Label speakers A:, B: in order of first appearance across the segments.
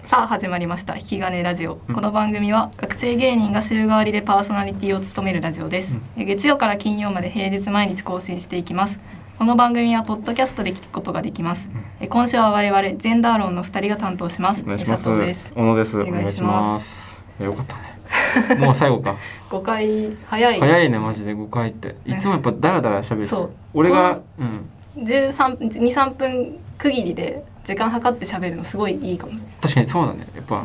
A: さあ始まりました引き金ラジオ、この番組は学生芸人が週替わりでパーソナリティを務めるラジオです、え月曜から金曜まで平日毎日更新していきますこの番組はポッドキャストで聞くことができます、え今週は我々ジェンダー論の二人が担当します
B: お願いし
A: え
B: ます。
A: 佐藤です
B: 小野です。
A: お
B: お
A: 願
B: 願
A: い
B: い
A: し
B: し
A: ま
B: ます。えよかったね。もう 最後か。
A: 5回早い
B: 早いねマジで5回って。いつもやっぱダラダラ喋る。
A: そう
B: 俺がうん
A: 23分区切りで時間計って喋るのすごいいいかもし
B: 確かにそうだね。やっぱ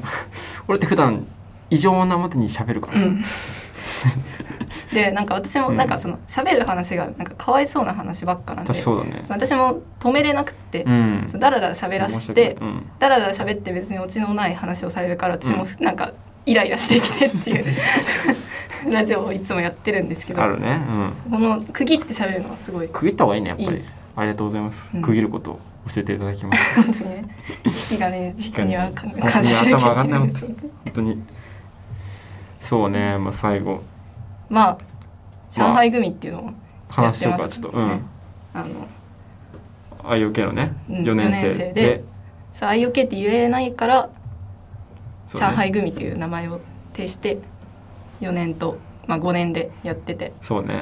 B: 俺って普段異常なまでに喋るか
A: れ
B: ら
A: な
B: さ。
A: い、うん、でなんか私も
B: うん
A: なんかその喋る話がなんかかわいそうな話ばっかなん
B: 確
A: で
B: かそうだね。
A: 私も止めれなくって
B: う、ん。
A: だらだら喋らせて、
B: うん。
A: だらだら喋って別にオチのない話をされるから私もなんかイライラしてきてって いう、ラジオをいつもやってるんですけど
B: あるね。うん。
A: この区切って喋るのはすごい
B: 区切った方がいいねやっぱ
A: いい
B: り。ありがとうございます
A: うん。
B: 区切ることを教えていただきます。
A: 本当にね引きがね引き
B: 金
A: には感
B: 本当に
A: 感じるけど
B: 頭上がんないもん
A: そう
B: 本 当に。そうね。まあ最後
A: まあ上海組っていうのを
B: 話しよう
A: や
B: か
A: って
B: ち
A: ます
B: ょっと。う
A: ね
B: ん。
A: あの
B: IOK のね
A: うん
B: 4年
A: 四年生
B: 生
A: で
B: で。
A: さあ IOK って言えないから、
B: そうね
A: 上海組っていう名前を提して4年と、まあ、5年でやってて
B: そうね。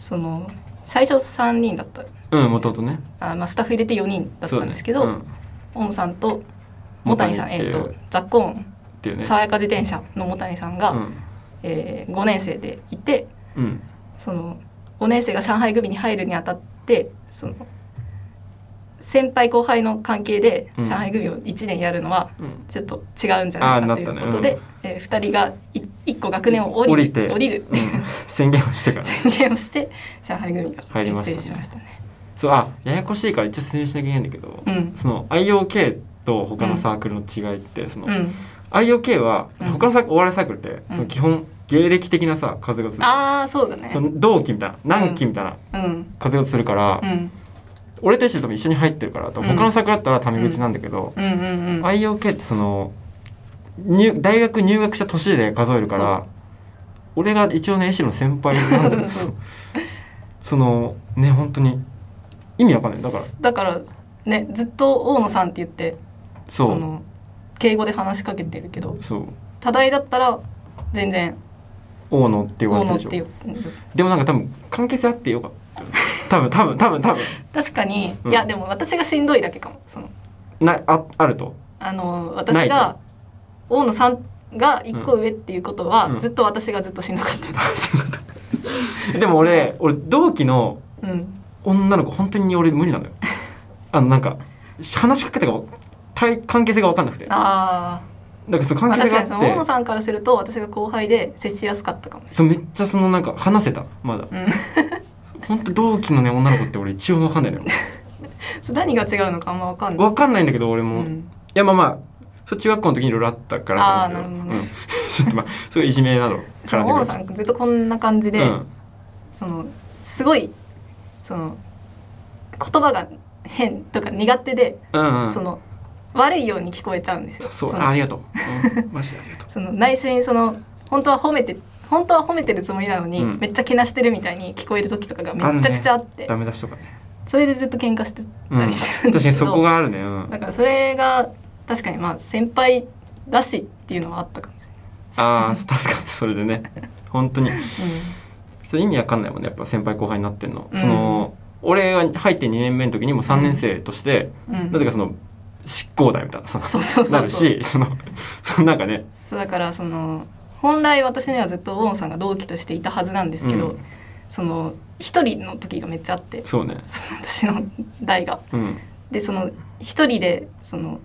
A: その最初3人だった
B: うん、もともとね。
A: あ、まあ、スタッフ入れて4人だったんですけど、
B: そうだね
A: 大野さんと茂谷さん、
B: 茂
A: え
B: 谷
A: ー、
B: って
A: と
B: いう
A: ザッコーン
B: うんっていうね。
A: 爽やか自転車の茂谷さんが、
B: うん。
A: えー、5年生でいて
B: うん。
A: その5年生が上海組に入るにあたってその先輩後輩の関係で
B: うん
A: 上海組を1年やるのは
B: うん。
A: ちょっと違うんじゃないか
B: あー
A: とい
B: なった
A: う
B: ね
A: ことで、えー、2人が1個学年を降り
B: て
A: 降りるっていう
B: うん宣言 をしてからね
A: 宣言をして上海組が
B: 入りました
A: 結
B: ね
A: 成しましたね。
B: そうあややこしいから一応説明しなきゃいけないんだけど、
A: うん
B: その IOK と他のサークルの違いって、その
A: うん、
B: IOK は
A: うん
B: 他のサークルお笑いサークルって、
A: うん
B: その基本芸歴的なさ数がする、
A: ああそうだね。
B: その同期みたいな何期みたいな
A: うん
B: 数がするから、
A: うん
B: 俺たちとも一緒に入ってるから他
A: うん
B: のサークルだったらタメ口なんだけど、
A: うんうんうん。
B: IOK ってその入大学入学した年で数えるか
A: そう
B: ら俺が一応ねシロの先輩なんだけど
A: そう
B: そのね本当に意味わかんないだから
A: だからねずっと大野さんって言って
B: そうそ
A: の敬語で話しかけてるけど
B: う
A: 多大だったら全然
B: 大野って言わ
A: 大野
B: れてる
A: っ
B: でしてょ
A: いう
B: でもなんか多分関係性あってよかった多分多分多分多分
A: 確かに、
B: うん
A: いやでも私がしんどいだけかもその
B: なああると
A: あの私
B: ない
A: が
B: と
A: 大野さんが一個上っていうことは、
B: うん
A: ずっと私がずっとしんどか った、
B: でも俺俺同期の
A: うん、
B: 女の子本当に俺無理なのよあのなんか話しかけたか対関係性が分かんなくてだ
A: あ
B: からその
A: ー、ま
B: 関
A: あ確
B: 係
A: かに
B: 性
A: そ
B: が
A: の
B: あっ
A: 大野
B: て
A: さんからすると私が後輩で接しやすかったかもし
B: そうめっちゃそのなんか話せたまだ
A: れない、うん
B: 本当同期のね女の子って俺一応分かんないのよ
A: そう、何が違うのかあんま分かんない、
B: 分かんないんだけど俺
A: う
B: も、い
A: ん
B: やまあまあそう中学校の時にいろいろあったからな
A: あ
B: ん ですけど
A: ーなるほどね
B: うん、ちょっとまあそういういじめなど
A: その大野さんずっとこんな感じで、
B: うん、
A: そのすごいその言葉が変とか苦手で、
B: うんうん、
A: その悪いように聞こえちゃうんですよ。
B: そう
A: そ
B: ああ
A: の
B: りがとう、うん マジでありがとう
A: その内心その本当は褒めて本当は褒めてるつもりなのに、
B: うん
A: めっちゃけなしてるみたいに聞こえる時とかがめちゃくちゃあって
B: ダメ出しとかね、
A: それでずっと喧嘩して
B: うん、
A: たりしてるん
B: 確
A: です
B: か
A: け
B: に
A: ど、
B: そこがあるね、うん、
A: だからそれが確かにまあ先輩だしっていうのはあったかもしれ
B: ああ助かったそれでね本当に
A: ない。
B: それ意味わかんないもんねやっぱ先輩後輩になってんの、
A: うん
B: その俺が入って2年目の時にも3年生として、
A: うんうん
B: なぜかその執行代みたいなその
A: そうそうそうそう
B: なるしそのそのなんかね
A: そうだからその本来私にはずっと大野さんが同期としていたはずなんですけど、
B: うん
A: その一人の時がめっちゃあって
B: そうね
A: その私の代が。
B: うん
A: でその一人でその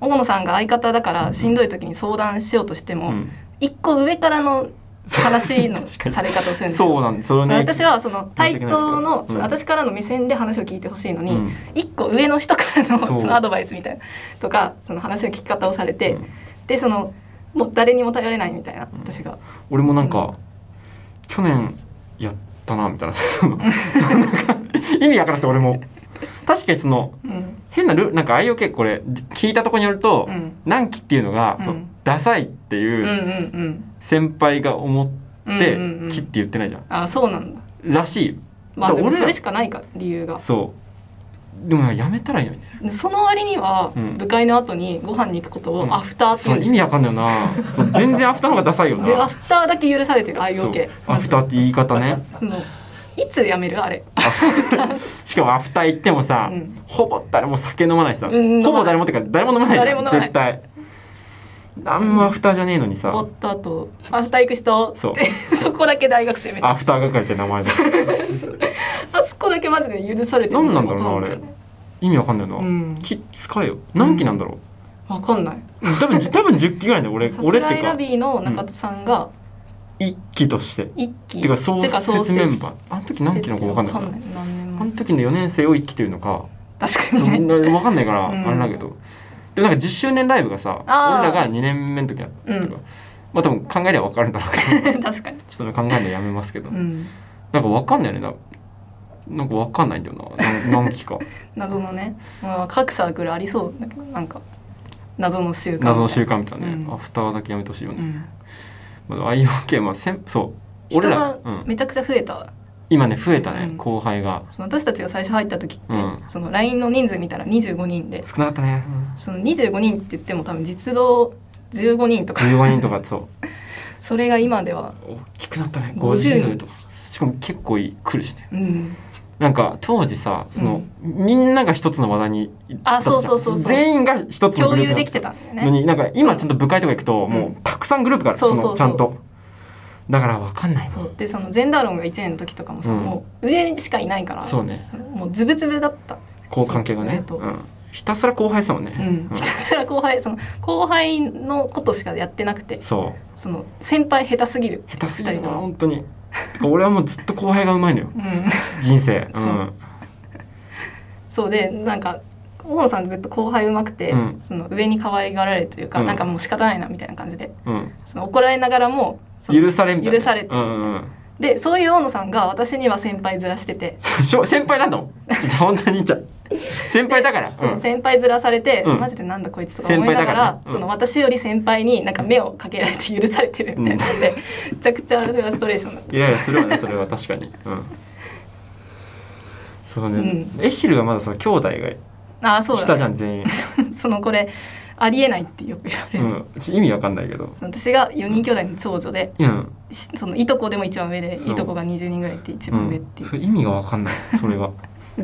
A: 大野さんが相方だからしんどい時に相談しようとして
B: う
A: も、
B: ん
A: 一個上からの話の
B: 確かに
A: され方をするんですよ。
B: そうなんですそれ
A: そ
B: ね
A: の私はその
B: 申し
A: 対
B: 訳ないですけど
A: 等の、
B: うん
A: その私からの目線で話を聞いてほしいの
B: う
A: に、
B: ん
A: 一個上の人からの
B: そ
A: そうのアドバイスみたいなとかその話の聞き方をされて、
B: うん
A: でそのもう誰にも頼れないみたいな
B: うん
A: 私が、
B: 俺もなんか、去年やったなみたいな そのそのなんか意味わからなくて俺も確かにその
A: うん
B: 変なルールなんか IOK これ聞いたところによると、
A: うん
B: 何期っていうのが、
A: うん
B: そのダサいって
A: うんうんう
B: いうん先輩が思って、
A: うんうんうん
B: 期って言ってないじゃん
A: あそうなんだ
B: らしいよ
A: まあ
B: だ
A: で
B: から
A: も
B: 俺
A: そ
B: ら
A: れしかないか理由が
B: そうでもやめたらいいのにね
A: その割には
B: うん
A: 部会の後にご飯に行くこと
B: うん
A: をアフターって言
B: そううん
A: で
B: 意
A: す
B: 味
A: よ、
B: わかんないよなそう全然アフターの方がダサいよな
A: でアフターだけ許されてる IOK
B: そうアフターって言い方ね
A: そのいつやめるあれ
B: アフターしかもアフター行ってもさ、
A: うん
B: ほぼ誰も酒飲まないしさ、
A: うん
B: ほぼ誰もってか誰も飲まないじゃん
A: 誰も飲まない
B: 絶対何もアフターじゃねえのに
A: 終わ
B: さ
A: った後アフター行く人
B: そう
A: って そこだけ大学生みたい
B: ア
A: な
B: フター係って名前だ
A: あそこだけマジで許されてる
B: 何なんだろうなあれ意味わかんないよな、
A: うん
B: き使えよ何期なんだろ、
A: わかんないう
B: 多分多分10期ぐらいだよ俺
A: さす
B: 俺っ
A: ら
B: て
A: い
B: いう
A: ラ
B: か
A: ビーの中田さんが
B: 一期として
A: 一期
B: てか創設メンバーあの時何期
A: 期
B: なのか分かんないから
A: 何年
B: あの
A: 前
B: 時の4年生を一期というのか
A: 確か
B: そ
A: に
B: ん
A: ね
B: な分かんないから
A: うん
B: あれだけど、でもなんか10周年ライブがさ
A: あー
B: 俺らが2年目の時だったとか、
A: うん
B: まあ多分考えりゃ分かるんだ ろうけど
A: 確かに
B: ちょっとね考えるのやめますけど、
A: うん
B: なんか分かんないよねななんか分かんないんだよななん何期か
A: 謎のねまあ各サークルありそうだけどなんか謎の習慣
B: 謎の習慣みたいなね、
A: うん
B: アフターだけやめてほしいよ
A: う
B: ね、
A: ん
B: まあ、IOK まあせんそう
A: 人
B: 俺ら
A: が、
B: うん、
A: めちゃくちゃ増えた
B: 今ね増えたね、
A: うん
B: 後輩が
A: その私たちが最初入った時って、
B: うん
A: その LINE の人数見たら25人で
B: 少なかったね、
A: その25人って言っても多分実動15人とか
B: 15人とかそう
A: それが今では
B: 大きくなったね
A: 50
B: 50人とかしかも結構い来るしね
A: うん
B: なんか当時さその、みんなが一つの話題に
A: あそうそうそうそう
B: 全員が一つの
A: 共
B: グル
A: 有
B: ープ
A: で
B: だ
A: きて
B: った
A: んだよ
B: たの
A: ね
B: に、なんか今ちゃんと部会とか行くと、
A: うん
B: もうたくさんグループがある
A: そうそう
B: のちゃんとだから分かんないもん
A: そうでそのジェンダー論が1年の時とかもさ、
B: うん
A: もう上しかいないから
B: そうね
A: もうズブズブだった、
B: こう関係がね
A: そう
B: うん、ひたすら後輩さもんね、
A: うん
B: うん
A: ひたすら後輩その後輩のことしかやってなくて
B: そ
A: その先輩下手すぎる
B: う下手すぎる
A: 二
B: な
A: 人は
B: 本当にてか俺はもうずっと後輩がうまい のよ
A: うん
B: 人生う
A: そうんそうでなんか大野さんずっと後輩うまくて、
B: うん
A: その上に可愛がられるというか、
B: うん
A: なんかもう仕方ないなみたいな感じで
B: うん
A: その怒られながらもその
B: 許されみたいな
A: 許されて
B: うんうんうん
A: でそういう大野さんが私には先輩ずらしてて、
B: しょ先輩なんだもんちょっと本当にじゃ先輩だから、
A: その
B: うん
A: 先輩ずらされて、
B: うん
A: マジでなんだこいつとか思いながら
B: 先輩だからねうん
A: その私より先輩になんか目をかけられて許されてるみたいなんで、めちゃくちゃフラストレーションだった
B: いやいやするわねそれ は確かにうんそうね、
A: う
B: エシルはまだその兄弟
A: ああそ
B: が
A: うだ
B: 下じゃん全員、
A: そのこれありえないってよく言われ
B: う
A: る、
B: ん、意味わかんないけど
A: 私が4人兄弟の長女で
B: うん、
A: しそのいとこでも一番上で
B: そう
A: いとこが20人ぐらいいて一
B: う
A: 番
B: ん
A: 上っていう、
B: そう意味がわかんないそれは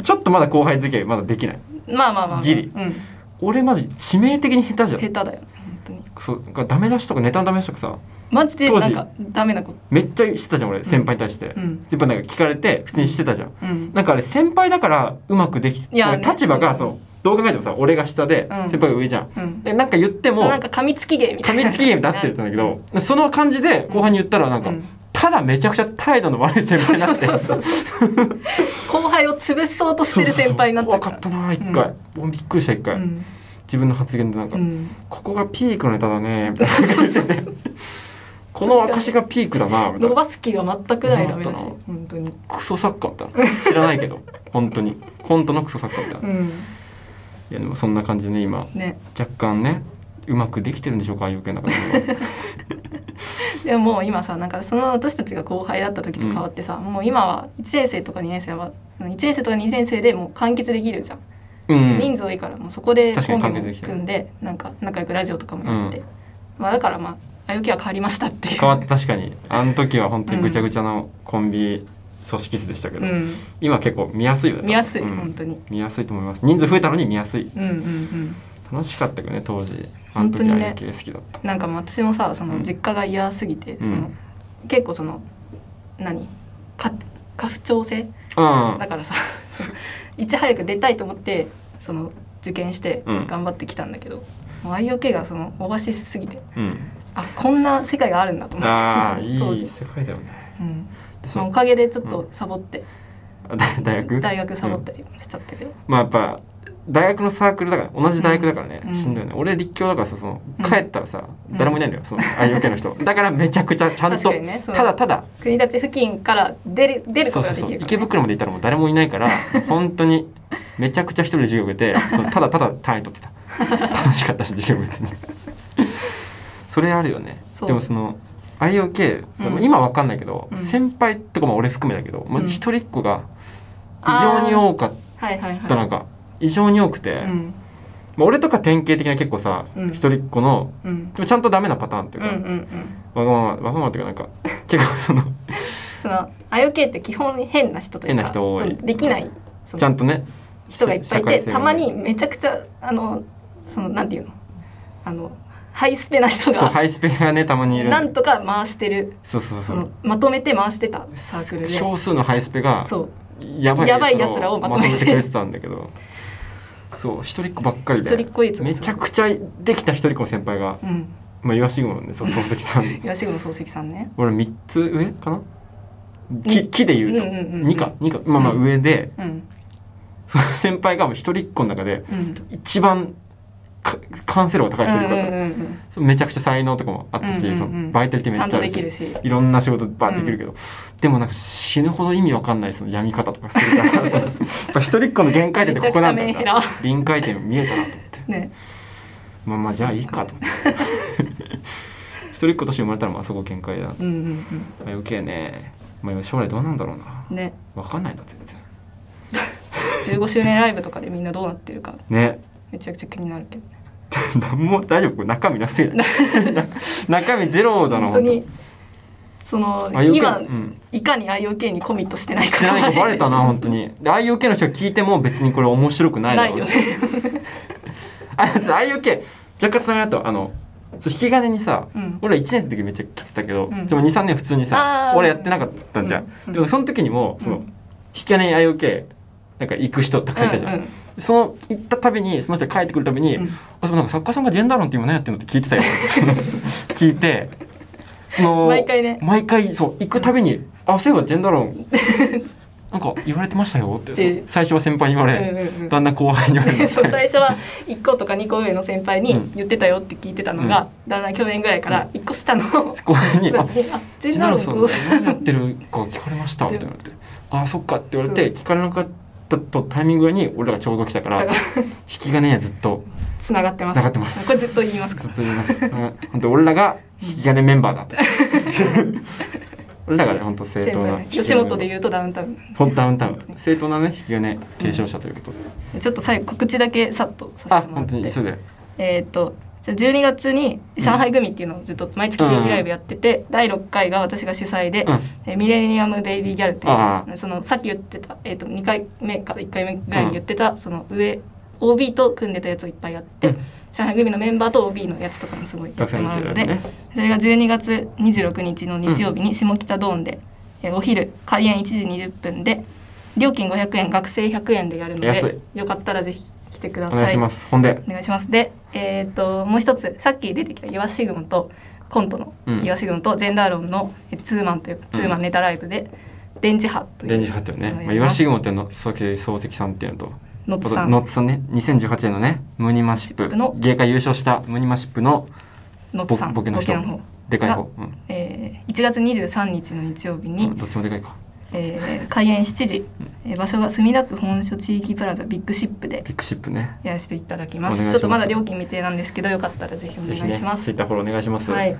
B: ちょっとまだ後輩付き合いまだできない
A: まあまあまあ、まあ、
B: ギリ
A: うん、
B: 俺マジ致命的に下手じゃ
A: 下手
B: ん
A: だよね本当に
B: そうなんかダメ出しとかネタのダメ出しとかさ
A: マジでなんかダメなこと
B: めっちゃしてたじゃん俺先輩に対して、
A: うん
B: 先輩なんか聞かれて普通にしてたじゃん
A: うん
B: なんかあれ先輩だからうまくでき
A: いやね
B: 立場がそのどう考えてもさ俺が下で
A: ん
B: 先輩が上じゃん、
A: うん
B: でなんか言っても
A: なんか噛みつき芸みた
B: 噛
A: いな
B: みつきゲームになってるんだけど、その感じで後半に言ったらなんか、
A: うん
B: ただめちゃくちゃ態度の悪い先輩になって
A: そうそうそう後輩を潰そうとしてる先輩になっちゃ
B: そう
A: う
B: そうそう怖かった
A: な
B: な一回、もうびっくりした一回、
A: うん
B: 自分の発言でなんか、
A: うん
B: ここがピークのネタだねみたいな感じでこの証がピークだなみたい
A: 伸
B: な
A: ばす気が全くないダメだし
B: 困ったな
A: 本当に
B: クソ作家みたいな知らないけど 本当に本当のクソ作家みたいな、
A: う
B: い
A: ん
B: やでもそんな感じでね今
A: ね
B: 若干ねうまくできてるんでしょうかああいう 系の中では
A: でももう今さなんかその私たちが後輩だった時と変わってさ、もう今は1年生とか2年生は1年生とか2年生でもう完結できるじゃん、
B: うん
A: 人数多いからもうそこで
B: 確か
A: コ
B: に
A: ンビ
B: 完
A: も
B: 結できてる
A: 組んでなんか仲良くラジオとかもやって、まあ、だからまああゆきは変わりましたっていう
B: 変わった確かにあの時は本当にぐちゃぐちゃのコンビ組織図でしたけど、
A: うん、
B: 今結構見やすいよね
A: 見やすい、
B: うん
A: 本当に
B: 見やすいと思います人数増えたのに見やすい
A: うんうんうん
B: 楽しかったけどね当時あ
A: 本
B: の
A: 当
B: 時
A: にね
B: は野球好きだった、
A: なんかもう私もさその
B: うん
A: 実家が嫌すぎて、
B: うん
A: その結構その何か家父長制だからさ そのいち早く出たいと思ってその受験して
B: うん
A: 頑張ってきたんだけど、もう IOK がそのオーバーシスすぎて
B: うん、うん、
A: あこんな世界があるんだと思って
B: ああい
A: 当
B: い
A: 時、
B: 世界だよね
A: うん
B: でそ
A: まあ、お
B: の
A: かげでちょっとサボって、
B: あだ大学
A: 大学サボった
B: うん
A: りもしちゃったけど、
B: まあやっぱ大学のサークルだから同じ大学だからね、
A: うん
B: しんどいよね俺立教だからさその
A: うん
B: 帰ったらさ、
A: うん
B: 誰もいないんだよその IOK の人だからめちゃくちゃちゃん
A: 確
B: と、
A: かにねその
B: ただただ
A: 国立付近から出る出る
B: そ
A: こ
B: う
A: と
B: そ
A: が
B: う
A: で
B: そ
A: き
B: う
A: るからね、
B: 池袋までいたらもう誰もいな いから本当にめちゃくちゃ一人で授業受けてそうただただ単位取って た楽しかったし授業別に それあるよね
A: そう
B: でもその IOK、その
A: うん
B: 今わかんないけど、
A: うん
B: 先輩とかも俺含めだけどまあ
A: うん
B: 一人っ子が異常に多かっ
A: はいはいはい
B: たなんか、異常に多くて、
A: うん
B: まあ、俺とか典型的な結構さ、
A: うん
B: 一人っ子の
A: うん
B: でもちゃんとダメなパターンっていう
A: うんう
B: か、
A: ん
B: わがままわがままっていうかなんか結構その
A: その IOK って基本変な人というか
B: 変な人多い
A: そのできない その
B: ちゃんとね
A: 人がいっぱいいて
B: 社会性が
A: たまにめちゃくちゃあのそのなんていうのあのハイスペな人
B: そう
A: が
B: ハイスペがねたまにいる
A: なんとか回してる
B: そうそうそ
A: そうのまとめて回してたサークルで
B: 少数のハイスペが
A: そう
B: やばい
A: やばい奴らをまとめて
B: くれてたんだけどそう一人っ子ばっかり
A: 一
B: で
A: 人っ子いつも
B: めちゃくちゃできた一人っ子の先輩が、
A: うん
B: まあ、岩志吾なんでそう漱石 さん
A: 吉野漱石さんね
B: 俺3つ上かな木木で言うと、
A: うんうんうんうん
B: 2か二かまあまあ
A: うん
B: 上で、
A: うん
B: その先輩がもう一人っ子の中で
A: うん
B: 一番か完成度が高い人っ子だった、
A: うんうんうん
B: そうめちゃくちゃ才能とかもあったし、
A: うんうんうん
B: そのバイタリティ
A: うん
B: め
A: ち
B: っちゃ
A: ゃ
B: あ
A: んと
B: る
A: で
B: し
A: きるし
B: いろんな仕事バーンできるけど、でもなんか死ぬほど意味わかんないその闇み方とかするから やっぱ一人っ子の限界点ってここなんだ
A: めちゃくちゃ
B: な臨界点見えたなと思って
A: ね
B: まあまあじゃあいいかと思って一人っ子として生まれたらもうあそこ限界だ
A: うんうん
B: あ余計ねまあ今将来どうなんだろうな
A: うんね
B: わかんないな全然
A: 15周年ライブとかでみんなどうなってるか
B: ね
A: めちゃくちゃ気になるけど
B: 何も大丈夫これ中身なすぎない 中身ゼロだな
A: 本当にその
B: 本当 IOK
A: 今
B: うん
A: いかに IOK にコミットしてない
B: 知
A: から
B: ない子バ レたな本当にで IOK の人が聞いても別にこれ面白くないだ
A: ない
B: ろう
A: よ
B: し
A: ね
B: あちょっと IOK 若干つながるとあのそう引き金にさ、
A: うん
B: 俺ら1年生の時めっちゃ来てたけど、
A: うん
B: でも23年普通にさ
A: あー
B: 俺やってなかったんじゃん、
A: うんうん
B: でもその時にもその、
A: うん
B: 引き金に IOK なんか行く人たくさんいたじゃん、
A: うんうん
B: その行ったたびにその人が帰ってくるたびに、
A: うん
B: あでもなんか作家さんがジェンダー論って今何やってるのって聞い てたよその聞いてその
A: 毎回ね
B: 毎回そう行くたびに「あそういえばジェンダ ー論なんか言われてましたよ」ってそう
A: で
B: 最初は先輩に言われ、
A: うんうんうん
B: だんだん後輩に言われる
A: そう最初は1個とか2個上の先輩に
B: うん
A: 言ってたよって聞いてたのが、だんだん去年ぐらいから1個下の
B: 後輩に「あ
A: あ 全
B: ジェ
A: 然
B: ンダ
A: な
B: ー
A: る
B: 論
A: ほ
B: さん
A: ど
B: 何やってるか聞かれました」みたいになって「あそっか」って言われて聞かれなかったとタイミングに俺らがちょうど来たから
A: だから
B: 引き金はずっと
A: つながってます
B: 繋がってます
A: これずっと言いますか
B: ずっ
A: ら
B: と言いますうん本当俺らが引き金メンバー だと俺らがね本当正
A: 先
B: 当な
A: 輩吉本で言うとダウンタウン
B: 本当ダウンタウン正当なね引き金継承者ということで、
A: ちょっと最後告知だけさっとさ
B: あ
A: せてもら
B: 本
A: っ
B: 当に
A: て
B: 急いで
A: えーっとじゃあ12月に上海組っていうのをずっと毎月定期ライブやってて、第6回が私が主催で、
B: うん
A: えーミレニアム・ベイビー・ギャルって
B: あ
A: いうそのさっき言ってた、えー、と2回目から1回目ぐらいに言ってた、その上 OB と組んでたやつをいっぱいやって、
B: うん
A: 上海組のメンバーと OB のやつとかもすごいやってもらうので、
B: 学生の時だよね
A: それが12月26日の日曜日に下北ドーンで、えーお昼開演1時20分で料金500円学生100円でやるの
B: 安
A: でよかったらぜひ来てくだ
B: お
A: さい。
B: 願いしますほんで
A: お願いします。で、えっともう一つさっき出てきたイワシグムとコントの
B: うん
A: イワシグムとジェンダー論のえツーマンというか、
B: うん
A: ツーマンネタライブで電磁波という
B: 電磁波っていうね、まあ、
A: お願いし
B: 岩
A: ま
B: シ
A: す
B: グモっていうの佐々木漱石さんっていうのと
A: ノッツさん
B: ノッツさんね2018年のねムニマシップ
A: ムニマシップの
B: 芸界優勝したムニマシップの
A: ノッ
B: ボ
A: ツさん
B: ボケの人
A: 方。
B: でかい方
A: が、
B: うん
A: えー1月23日の日曜日
B: う
A: に、
B: ん、どっちもでかいか
A: えー開演7時、えー場所が墨田区本所地域プラザビッグシップで
B: ビッグシップね
A: やらせていただきま
B: お
A: す
B: 願いします
A: ちょっとまだ料金未定なんですけどよかったらぜひお
B: ぜひ
A: 願い
B: ね
A: しま
B: ツ
A: す、
B: イッターフォローお願いします、
A: はい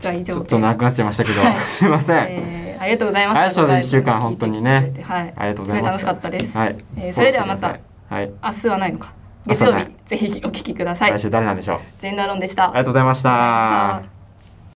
A: じゃあ以
B: ちょ
A: 上
B: っと長くなっちゃいましたけど、 すいません、
A: えーありがとうございました
B: ありがとうございます一週間本当にね
A: はい
B: ありがとうございます
A: すごい楽しかったです、
B: はい、
A: えーそれではまた
B: フォローしてくださいはい、
A: 明日はないのか
B: 明
A: 月
B: 日は
A: 曜
B: ない
A: 日ぜひお聞きください
B: 来週誰なんでしょう
A: ジェンダー論でした
B: ありがとうございました
A: ありがとうございました